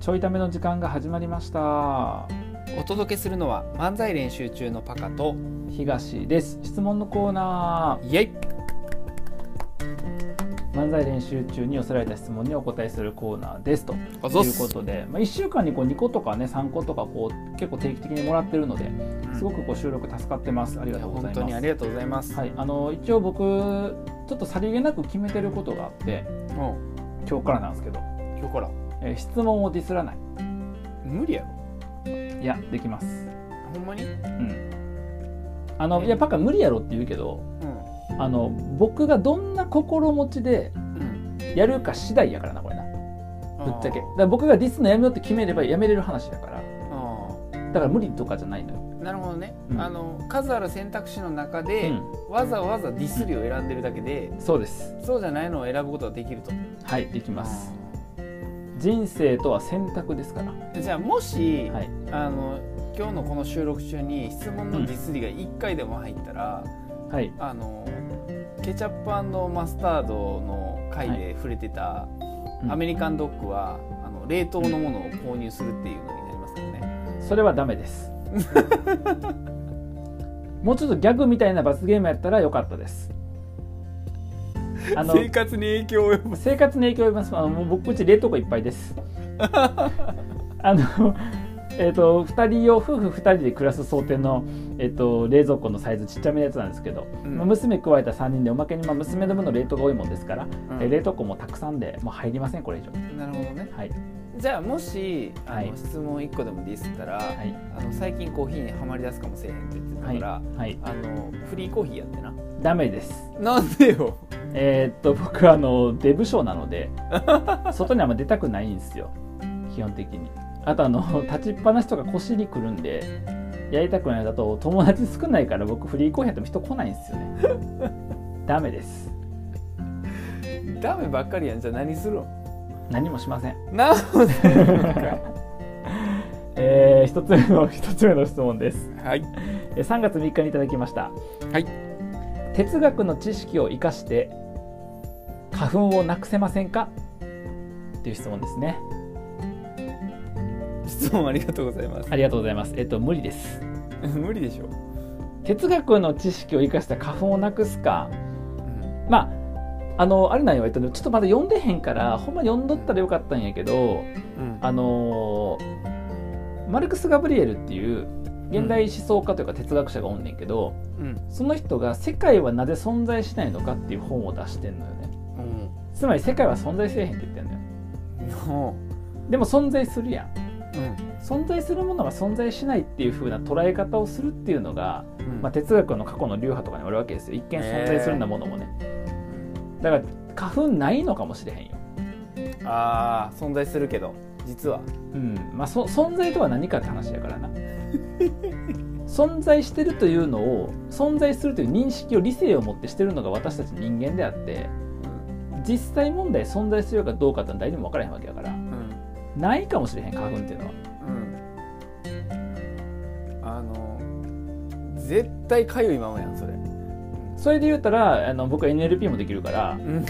ちょいための時間が始まりましたお届けするのは漫才練習中のパカと東です質問のコーナイエイー漫才練習中に寄せられた質問にお答えするコーナーですとあということで、まあ、1週間にこう2個とかね3個とかこう結構定期的にもらってるのですごくこう収録助かってますありがとうござ本い当にまあすりがとうございます、はい、あの一応僕ちょっとさりげなく決めてることがあっても今日からなんですけど、う今日からえー質問をディスらない無理やろいやできますほんまにうんうんあのいやパカ無理やろって言うけどあの僕がどんな心持ちでうんやるか次第やからなこれなぶっちゃけだあから僕がディスのやめようって決めればやめれる話だからーあだから無理とかじゃないのよ、ーなるほどね、うんあの数ある選択肢の中うで、ん、わざわざディスりを選んでるだけでそうですそうじゃないのを選ぶことができるとはいできます人生とは選択ですからあーじゃあもし、はいあの今日のこの収録中に質問のディスりが1回でも入ったら、はいあのケチャップマスタードの回で触れてた、うんアメリカンドッグはあの冷凍のものを購入するっていうのになりますからね。それはダメです もうちょっとギャグみたいな罰ゲームやったらよかったですあの活に影響を及ぶ。生活に影響を及びますあのもう僕うち冷凍庫いっぱいです あのえっと2人用夫婦2人で暮らす想定の、えっと冷蔵庫のサイズちっちゃめのやつなんですけど、うんまあ娘加えた3人でおまけに、まあ、娘の分の冷凍が多いもんですから、うんえー冷凍庫もたくさんでもう入りませんこれ以上なるほどね。はいじゃあもしあの、はい質問1個でもディスったら、はいあの最近コーヒーにはまりだすかもしれへんって言ってはたかい、ら、はい、あのフリーコーヒーやってな。ダメですなんでよ。えーっと 僕あのデブ症なの で外にあんま出たくないんですよ基本的にあとあ の立ちっぱなしとか腰にくるんでやりたくないのだと友達少ないから僕フリーコーヒーやっても人来ないんですよね ダメですダメばっかりやんじゃあ何するの何もしませんなのでえー、一つ目の 一つ目の質問ですはい。えー3月3日にいただきましたはい哲学の知識を生かして花粉をなくせませんかっていう質問ですね質問ありがとうございます。ありがとうございますえっと無理です無理でしょ。哲学の知識を生かした花粉をなくすかうんまああのあれなんよえっとねちょっとまだ読んでへんからほんま読んどったらよかったんやけどあのーマルクス・ガブリエルっていう現代思想家というか哲学者がおんねんけど、うんその人が「世界はなぜ存在しないのか」っていう本を出してんのよねうんつまり世界は存在せえへんって言ってんのよのでも存在するやんうん存在するものが存在しないっていう風な捉え方をするっていうのが、うんまあ、哲学の過去の流派とかにもあるわけですよ一見存在するようなものもね、だから花粉ないのかもしれへんよ、あー存在するけど実はうんまあ、そ存在とは何かって話やから な存在してるというのを存在するという認識を理性を持ってしてるのが私たち人間であってうん実際問題存在するかどうかって誰にも分からへんわけやからうんないかもしれへん花粉っていうのはうんあの絶対かゆいままやんそれそれで言うたらあの僕は NLP もできるからうん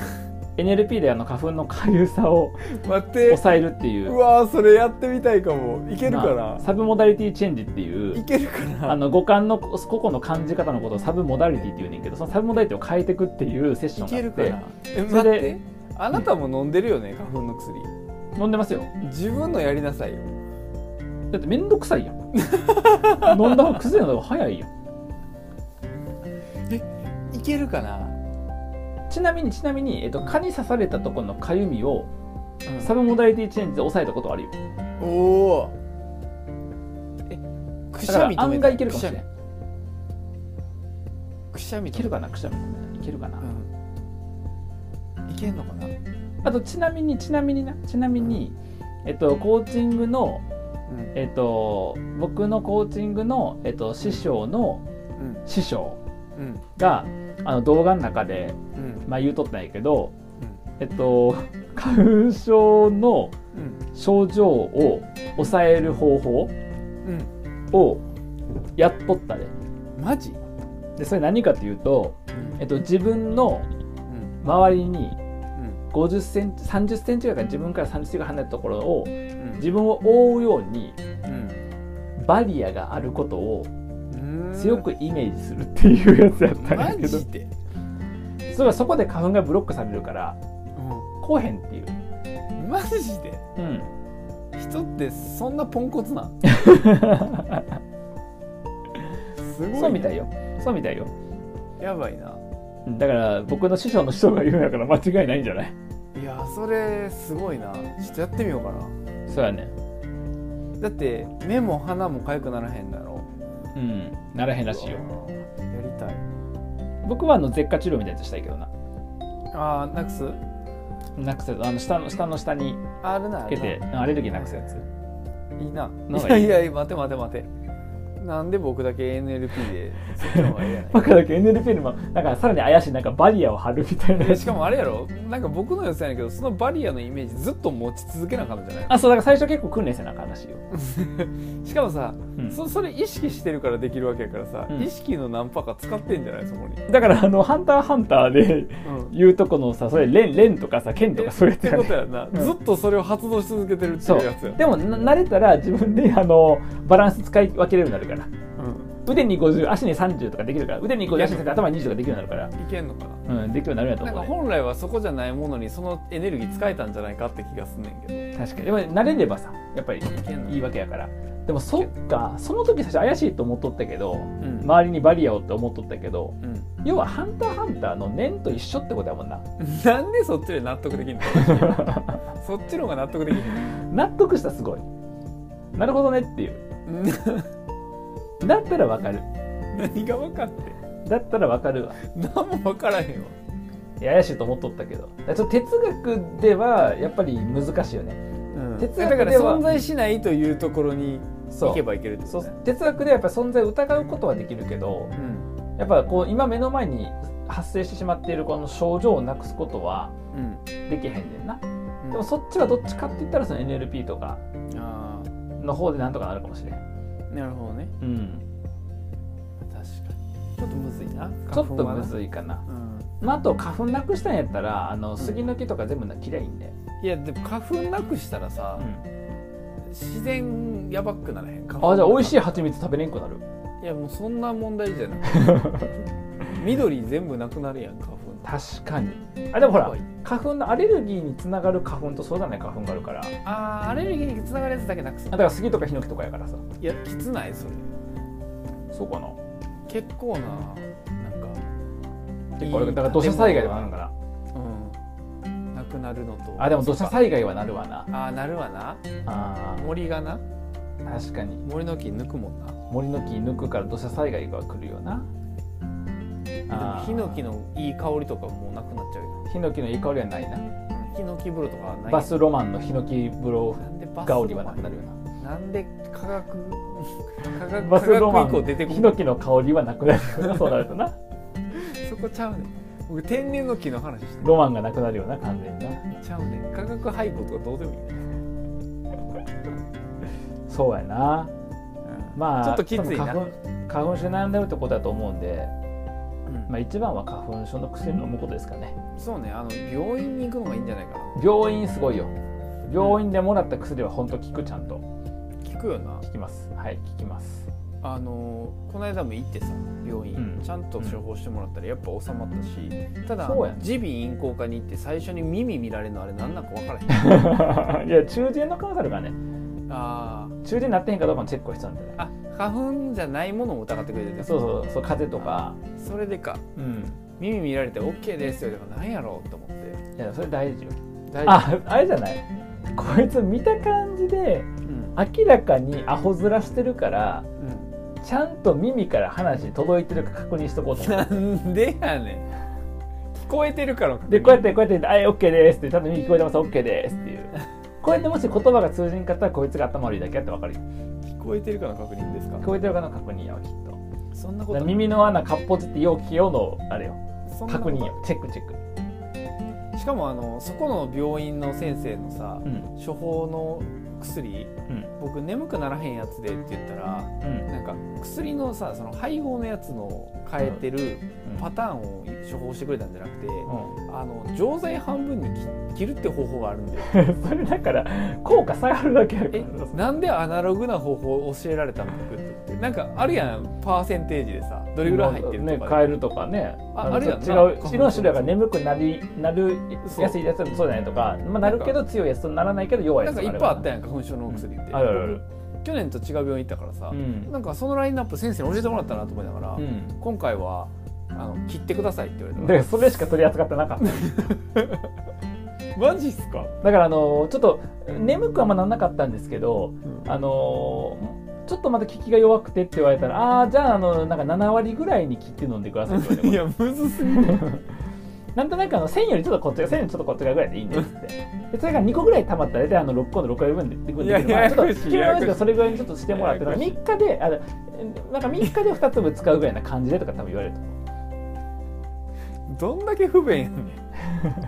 NLP であの花粉のかゆさを待って抑えるっていううわーそれやってみたいかもいけるかまなあサブモダリティチェンジっていういけるか あなの五感の個々の感じ方のことをサブモダリティって言うねんけどそのサブモダリティを変えていくっていうセッショいけるンかがあなっえそ待っれてであなたも飲んでるよね花粉の薬て飲んでますよ自分のやりなさいよだってめんどくさいやん 飲んだ方が崩れるのが早いやんいけるかなちなみにちなみに、えっと、蚊に刺されたところのかゆみをサさブモダリティチェンジで抑えたことあるよおおえくだしかゃらみ止めた案外いけるかもしれないくしゃみい止けめるたかなくしゃみいけるかな、うんいけんのかなあとちなみにちなみになちなみに、えっと、コーチングのうんえっと、僕のコーチングの、えっと、師匠のうん師匠うんがあの動画の中で、うんまあ、言うとったんやけど、えっと、 花粉症の症状を抑える方法うんうんをやっとったでマジでそれ何かというと、うんえっと、自分のうん周りにうん50センチ30センチぐらいから自分から30センチぐらい離れたところをうん自分を覆うようにうんバリアがあることをうーん強くイメージするっていうやつやったんやマけどジで、それはそこで花粉がブロックされるからこうへんっていう、うん、マジでうん、人ってそんなポンコツなんすごい、ね、そうみたいよそうみたいよやばいなうんだから僕の師匠の人が言うんやから間違いないんじゃないいやそれすごいなちょっとやってみようかなそうやねだって目も鼻も痒くならへんだろうんならへんらしいよやりたい僕はあの舌下治療みたいなやつしたいけどなあーなくすなくせあの下の下の下にあるなあつるけなてアレルギーなくすやついいなのいがやいいいや待て待て待てなんで僕だけ NLP でそっちの方がいいやバカだけ NLP にもなんかさらに怪しいなんかバリアを張るみたいなな やいつしかもあれやろなんか僕の予想やねんけどそのバリアのイメージずっと持ち続けなかったじゃないあそうだから最初結構訓練せなあかんらしいよ、しかもさ、うんそそれ意識してるからできるわけやからさ、うん意識の何パか使ってんじゃないそこに、だからあの「ハンターハンター」でうん、言うとこのさそれ「レン」レンとかさ「剣」とかそういうっやつてやこねとやんな、うんずっとそれを発動し続けてるってそいうやつやうでもな慣れたら自分であのバランス使い分けれるようになるからう腕に50足に30とかできるから腕に50足に30頭に20とかできるようになるん、いけんのかなから、うん、できるようになるんやとなん思かう、ね、本来はそこじゃないものにそのエネルギー使えたんじゃないかって気がすんねんけ確かにでも慣れればさやっぱりどいけんいいわけやからでもそっかその時最初怪しいと思っとったけどうん周りにバリアをって思っとったけどうん要は「ハンターハンター」の念と一緒ってことやもんな なんでそっちで納得できんの そっちの方が 納得できん納得したすごいなるほどねっていうのなだったらわかる何が分かってだったらわかるわ何も分からへんわいや怪しいと思っとったけどだからちょっと哲学ではやっぱり難しいよね哲だ学ではから存在しないというところにそ行けうばいけるってこそとうね哲学ではやっぱり存在を疑うことはできるけどうんやっぱこう今目の前に発生してしまっているこの症状をなくすことはうんできへんねんなうんでもそっちはどっちかって言ったらその NLP とかあの方でなんとかなるかもしれん、あなるほどねうん、確かにちょっとむずいなちょっとむい、ずいかな、うん、まあ、あと花粉なくしたんやったらあの杉の木とか全部な切りゃいいんで、いやでも花粉なくしたらさ、うん自然やばくならへん花粉あじゃあ美味しいい蜂蜜食べれんくなるやもうそんな問題 じゃない緑全部なくなるやん花粉確かにあでもほら怖い花粉のアレルギーにつながる花粉とそうじゃない花粉があるからああーアレルギーにつながるやつだけなくすだから杉とかヒノキとかやからさいやきつないそれそうかな結構ななんか結構あるだから土砂災害でもあるんかななうんなくなるのとあでも土砂災災害はなるわなあーなるわなあ森がなー確かに森の木抜くもんなで森の木抜くから土砂災害が来るよなもあーヒノキのいい香りとかもうなくなっちゃうよヒノキのいい香りはないなヒノキ風呂とかはないバスロマンのヒノキ風呂なんでバス香りはなくなるよななんで 科学科学バスロマ科ン学以降出てこヒなノいキの香りはなくなるよなそうなるとな そこちゃうねん僕天然の木の話してロマンがなくなるよな完全になるちゃうねん化学配合とかどうでもいい、ねそうやなまあちょっときついな多分花粉花粉症に悩んでるってことだと思うんで、うんまあ、一番は花粉症の薬飲むことですかねそうねあの病院に行くのがいいんじゃないかな病院すごいよ病院でもらった薬は本当効くちゃんと聞くよな効きますはい効き ますあのこの間も行ってさ病院、うんちゃんと処方してもらったらやっぱ収まったしただそうやね耳鼻咽喉科に行って最初に耳見られるのあれ何なんか分からへ んいや中耳炎の可能性あるからねあ中耳炎なってへんかどうかのチェックが必要なんだよーねあ花粉じゃないものも疑ってくれててそうそうそう風邪とかそれでかうん耳見られて OK ですよとか何やろうと思っていやそれ大事よ大丈ああれじゃないこいつ見た感じで夫う明んらかにアホ面してるからうんちゃんと耳から話届いてるか確認しとこうと思ってなんでやねん聞こえてる からでこうやってこうやって「はい OK です」って「多分耳聞こえてます OK です」っていうこうやってもし言葉が通じんかったらこいつが頭悪いだけやって分かるよ聞こえてるかの確認ですか聞こえてるかの確認やわきっとそんなだこかとら耳の穴かっぽじってようきようのあれよそんなこ確と認よチェックチェックしかもあのそこの病院の先生のさ、うん処方の薬うん僕眠くならへんやつでって言ったらうんなんか薬のさその配合のやつの変えてるパターンを処方してくれたんじゃなくて、あの錠剤半分に切切るって方法があるんだようん それだから効果下がるだけやからえなんでアナログな方法を教えられたの僕ってなんかあるやんパーセンテージでさどれぐらい入ってるとねかで、変えるとかねあのあるやん違なう色の種類が眠くなりなるそうやすいやつもそうじゃないとか、まあ、なるけど強いやつとならないけど弱いなやつんかいっぱいあったやん花粉症のお薬って、あるあるある僕去年と違う病院行ったからさ、うんなんかそのラインナップ先生に教えてもらったなと思いながら、うん今回はあの切ってくださいって言われだたかかららそれしか取り扱ってなかった だマジっすか、からあのちょっと眠くはあんまなんなかったんですけどああのちょっとまだ効きが弱くてって言われたらああーじゃああのなんか7割ぐらいに切って飲んでくださいって言われていやむずすぎるなんとなくあの1000よりちょっとこっちが1000よりちょっとこっちがぐらいでいいねっつってでそれが2個ぐらい溜まったら大体あの6個の6回分でできるんだけいどやまあちょっややとこしい切れ味がそれぐらいにちょっとしてもらってやなやんこかしい3日であのなんか3日で2粒使うぐらいな感じでとか多分言われると思どんだけ不便やねん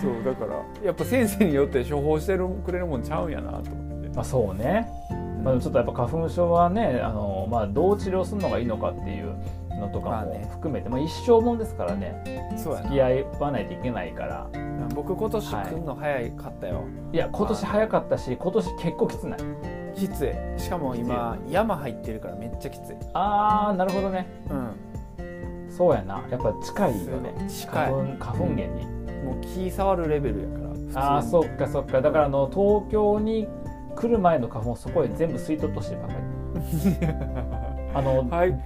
そうだからやっぱ先生によって処方してるくれるもんちゃうんやなと思ってう、まあ、そうね、まあ、でもちょっとやっぱ花粉症はねあの、まあ、どう治療するのがいいのかっていうのとまかあもね含めて、まあ、一生もんですからねそうや付き合いわないといけないからな僕今年来んの早かったよ、いや今年早かったし今年結構きつないきついしかも今山入ってるからめっちゃきついあーなるほどねうんそうやなやっぱ近いよね近花いも粉花粉源に、う気触るレベルやから普通にああそっかそっかだからあの東京に来る前の花粉をそこへ全部吸い取っとしてばかり あの、はい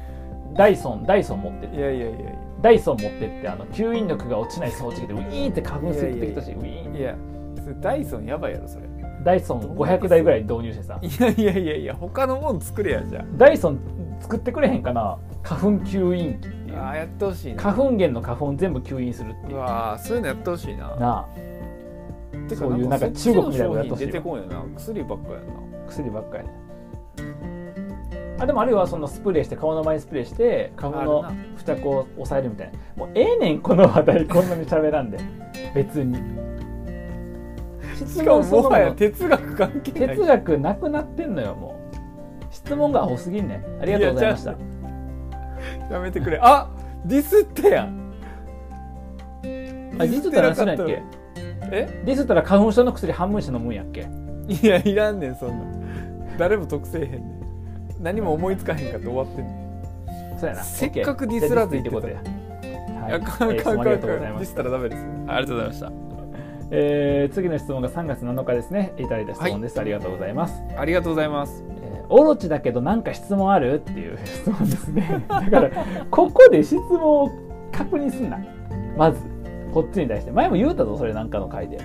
ダイソンダイソン持ってっいてやいやいやいダイソン持ってってあの吸引力が落ちない装置でウィーンって花粉吸い取ってきたしウィーンやいやそれダイソンやばいやろそれいダイソン500台ぐらい導入してさやいやいやいや他のもん作れやじゃダイソン作ってくれへんかな花粉吸引機っていああうーやってほしいな花粉源の花粉全部吸引するっていううわーそういうのやってほしいななてそういうなんか中国みたいなことやってほしいそっちの商品わ出てこんよな薬ばっかやなあ薬ばっかりあでもあるいはそのスプレーして顔の前にスプレーして花粉のある付着を抑えるみたいなもうええねんこの話題こんなに喋らんで別に質しかも問そのももはやの哲学関係ない哲学なくなってんのよもう質問がアホすぎんねんありがとうございましたいややめてくれあディスってやんあディスったらそうなんやっけえディスったら花粉症の薬半分して飲むんやっけいやいらんねんそんなん誰も得せえへんねん何も思いつかへんかって終わってんねそうやなせっかくディスらず言ってたじゃあディスってことやん、はいい、やかんえーか質問んかありんかがんとうございまディすスったらダメですありがとうございましたえー次の質問が3月7日ですねいただいた質問です、ありがとうございます、ありがとうございますえーオロチだけどなんか質問あるっていう質問ですね だからここで質問を確認すんなまずこっちに対して前も言うたぞそれなんかの回で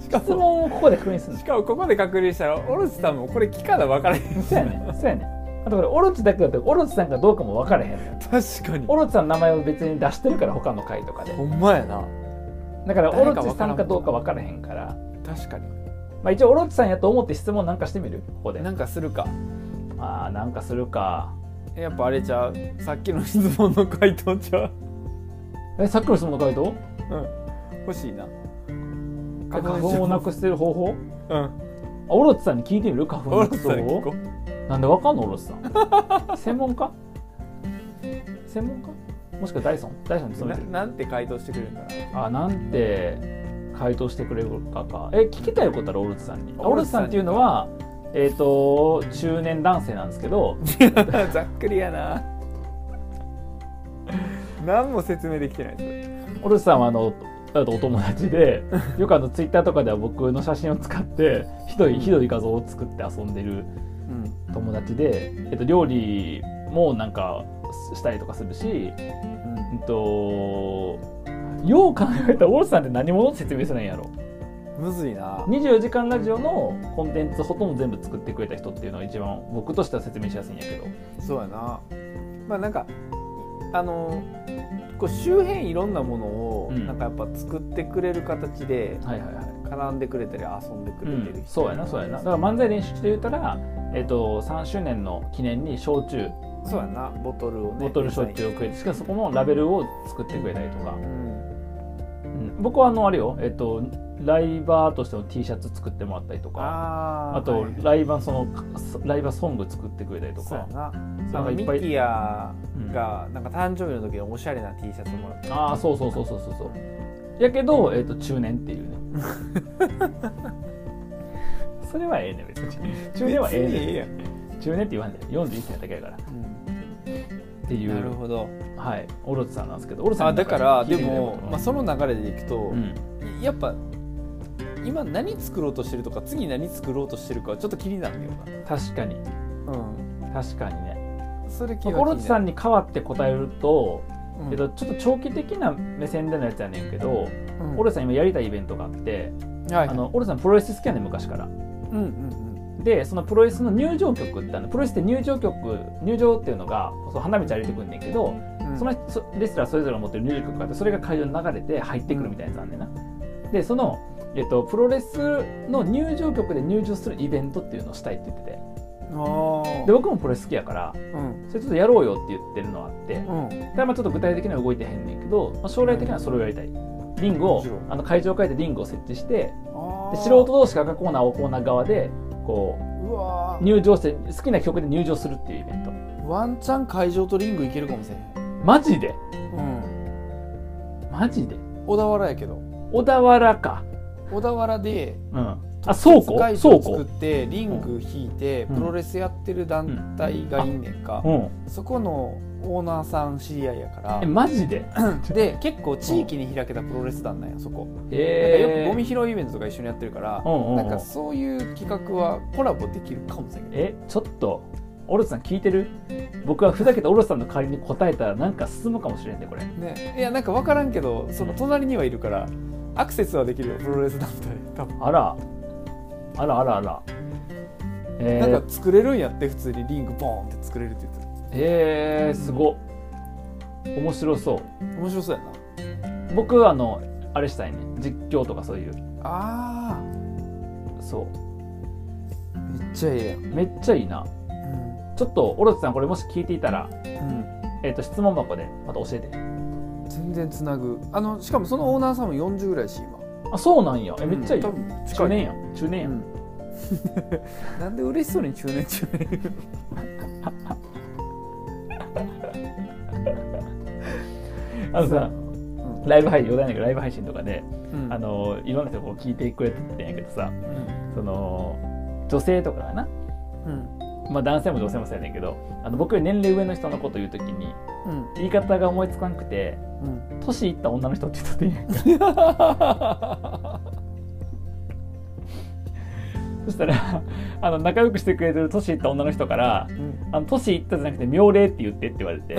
しか質も問をここで確認すんなしかもここで確認したらオロチさんもこれ聞かな分からへんそうやねそうやねあとこれオロチだけだってオロチさんかどうかも分からへんのよ確かにオロチさんの名前を別に出してるから他の回とかでほんまやなだからオ誰ロか分からんチさんかどうか分からへんから確かにまあ一応オロチさんやと思って質問なんかしてみるここでなんかするかあーなんかするかやっぱあれちゃうさっきの質問の回答ちゃう、えさっきの質問の回答うん、欲しいな花粉をなくしてる方法うんあオロチさんに聞いてみる花粉オのロチさんに聞こなんでわかんのオロチさん専門家専門家もしくはダイソンダイソンにう勤めなてるなんて回答してくれるんだろあなんて回答してくれるかかえ聞きたいことあるオロチさんにあオロチさんっていうのはえっ、と中年男性なんですけ どうざっくりや な何も説明できてないですオロチさんはあのあとお友達でよくあのツイッターとかでは僕の写真を使ってひどいひどい画像を作って遊んでるうん友達で、えっと、料理もなんかしたりとかするし、うんと、よう考えたらオールさんって何者って説明するんやろむずいな24時間ラジオのコンテンツほとんど全部作ってくれた人っていうのが一番僕としては説明しやすいんやけどそうやなまあなんかあのこう周辺いろんなものをうんなんかやっぱ作ってくれる形ではいはいはい、絡んでくれたり遊んでくうれてるん、人そうやなそうやなだから漫才練習中で言ったら、えっと、3周年の記念に焼酎そうやなボトルをねボトル焼酎をくれてしかもそこもラベルを作ってくれたりとかう、んうん僕はあのあれよえっとライバーとしての T シャツ作ってもらったりとかああーはいとはいライバーそのライバーソング作ってくれたりとそうやかななんかいっミぱいキヤうんがなんか誕生日の時におしゃれな T シャツもらってああそうそうそうそうそうそうやけど、えー、と中年っていうね それはええね別に中年はええ別にええねやん中年って言わんで41歳だけやからっていうなるほどはいオロチさんなんですけどオロチさんあだから聞いでてみたいこもと、まあ、その流れでいくと、うんやっぱ今何作ろうとしてるとか次何作ろうとしてるかはちょっと気になるんだよ確かになうん確かにねそれ気が気になるオロチさんに代わって答えると、うんえっと、ちょっと長期的な目線でのやつやねんけど、うんオロチさん今やりたいイベントがあって、はいあのオロチさんプロレス好きやねん昔からうんうんでそのプロレスの入場曲ってあのプロレスって入場曲入場っていうのがそう花道歩いてくんねんけど、うんうんその人そレスラーそれぞれが持ってる入場曲があってそれが会場に流れて入ってくるみたいなやつあんねんな。でその、えっと、プロレスの入場曲で入場するイベントっていうのをしたいって言っててああで僕もプロレス好きやからうんそれちょっとやろうよって言ってるのはあってうんただまあちょっと具体的には動いてへんねんけど、まあ、将来的にはそれをやりたい。リング面を白いあの会場を変えてリングを設置してあでー素人同士が赤コーナー青コーナー側でこううわー入場して好きな曲で入場するっていうイベントワンチャン会場とリング行けるかもしれへマジでんうんマジで小田原やけど小田原か小田原でうんあ倉庫会倉場作っ庫てリング引いてうんプロレスやってる団体がいいねんか、うんそこのオーナーさん知り合いやからえマジでで結構地域に開けたプロレス団なんやそこ、なんかよえくー、ゴミ拾いイベントとか一緒にやってるから、うんうんうなんんかそういう企画はコラボできるかもしれないえちょっとオロチさん聞いてる僕はふざけたオロチさんの代わりに答えたらなんか進むかもしれんねこれねいやなんか分からんけどその隣にはいるからアクセスはできるよプロレス団体多分あらあらあらあらえなんーか作れるんやって普通にリングボーンって作れるって言ってえー、すごっ面白そうた面白そうやな僕あのあれしたいね実況とかそういうあそーめっちゃええやんうめっちゃいいなちょっとオロチさんこれもし聞いていたら、うん、えっと質問箱でまた教えてうん、全然つなぐあのしかもそのオーナーさんも40ぐらいやし今あそうなんやえめっちゃいいよ、うん多分中近い年やん中年やん、うん なんで嬉しそうに中年中年あのさ、んライブ配信余談やけどライブ配信とかで、うんあのいろんな人こう聞いてくれてたんやけどさうんその女性とかがなうんまあ男性も女性もそうやねんけどあの僕より年齢上の人のこと言うときにうん言い方が思いつかなくてうん年いった女の人って言ったっていいやんか そしたらあの仲良くしてくれてる年いった女の人からうんあの年いったじゃなくて妙齢って言ってって言われて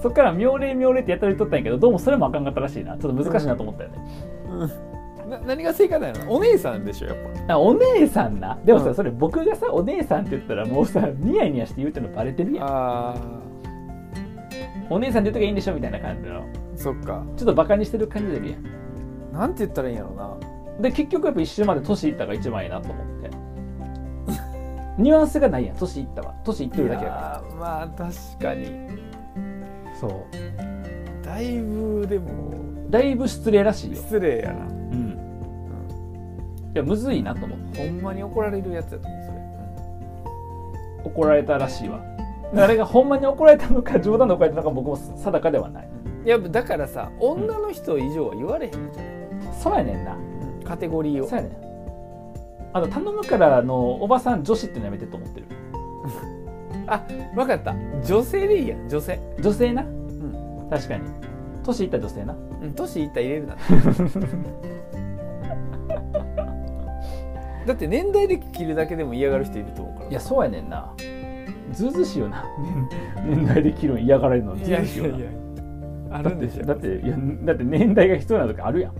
そっから妙齢妙齢ってやったりとったんやけどどうもそれもあかんかったらしいなちょっと難しいなと思ったよね、な何が正解なのお姉さんでしょやっぱあお姉さんなでもさ、うんそれ僕がさお姉さんって言ったらもうさニヤニヤして言うてんのバレてるやんあお姉さんって言うときゃいいんでしょみたいな感じのーそっかちょっとバカにしてる感じでるやんなんて言ったらいいんやろなで結局やっぱ一周まで年いったが一番いいなと思ってニュアンスがないやん年いったは年いってるだけだかあーまあ確かにらそうだいぶでもだいぶ失礼らしいよ失礼やなうんいやむずいなと思ってほんまに怒られるやつやと思うそれ、怒られたらしいわあれがほんまに怒られたのか冗談で怒られたのか僕も定かではないいやだからさ女の人以上は言われへんのじゃない、そうやねんなカテゴリーをそうやねんあと頼むからのおばさん女子ってのやめてと思ってるあ分かった女性でいいや女性女性な、ん確かに年いった女性なうん年いったら入れ るなだって年代で切るだけでも嫌がる人いると思うからいやそうやねんなずうずうしいよな年代で切るん嫌がられるのずうずうしいよなあだるっんてでしょだっていやだって年代が必要な時あるやん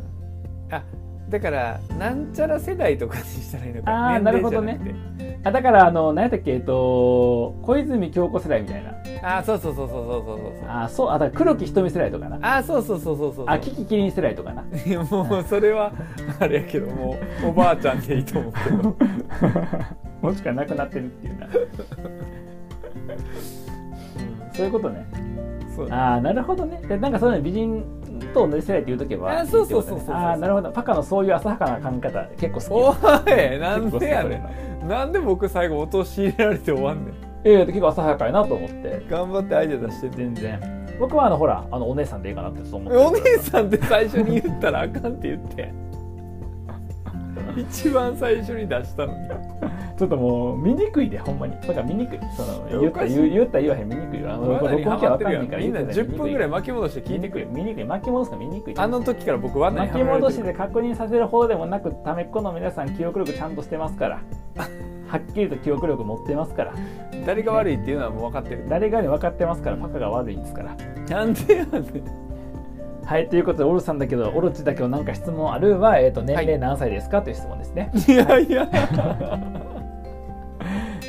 あだからなんちゃら世代とかにしたらいいのかあーなるほどねあだからあの何やったっけえっと小泉京子世代みたいなあーそうそうそうそうそうそうそうそうあーそうあだから黒木瞳世代とかなあーそうそうそうそうそうあキキキリン世代とかないやもうそれはあれやけどもうおばあちゃんでいいと思うけ どもしくはなくなってるっていうなそういうことねそうああなるほどねでなんかそういうの美人と同じ世代って言うとけばあそうそうそうそうそうああなるほどパカのそういう浅はかな考え方結構お好いきなんでやねんなんで僕最後陥れられて終わんねんええ結構浅はかやなと思って頑張ってアイデア出してて全然僕はあのほらあのお姉さんでいいかなってそう思ってお姉さんって最初に言ったらあかんって言って一番最初に出したのにちょっともう見にくいでほんまにだから見にくいそのいや言おっかたしい言う言った言わへん見にくいよあの罠に録ハ音機マはっ分てかるんやないんからみんな10分ぐらいい巻き戻して聞見いてにくくいれ見にくい巻き戻すの見にくいあの時から僕罠に巻きはまられ戻てしるで確認させるほどでもなくためっ子の皆さん記憶力ちゃんとしてます からはっきりと記憶力持ってますから誰が悪いっていうのはもう分かってる誰がに分かってますからパカが悪いんですからなんでやねんはいということでオロチさんだけどオロチだけどなんか質問あるは、えー、と年齢何歳ですか、という質問ですね、 いやいや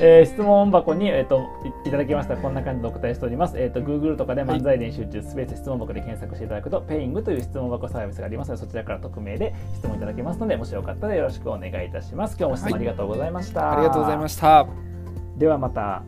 えー質問箱に、えー、といいただきましたらこんな感じでお答えしております、えー、と Google とかで漫才練習中スペース質問箱で検索していただくとペイングという質問箱サービスがありますのでそちらから匿名で質問いただけますのでもしよかったらよろしくお願いいたします今日も質問ありがとうございました、ありがとうございましたではまた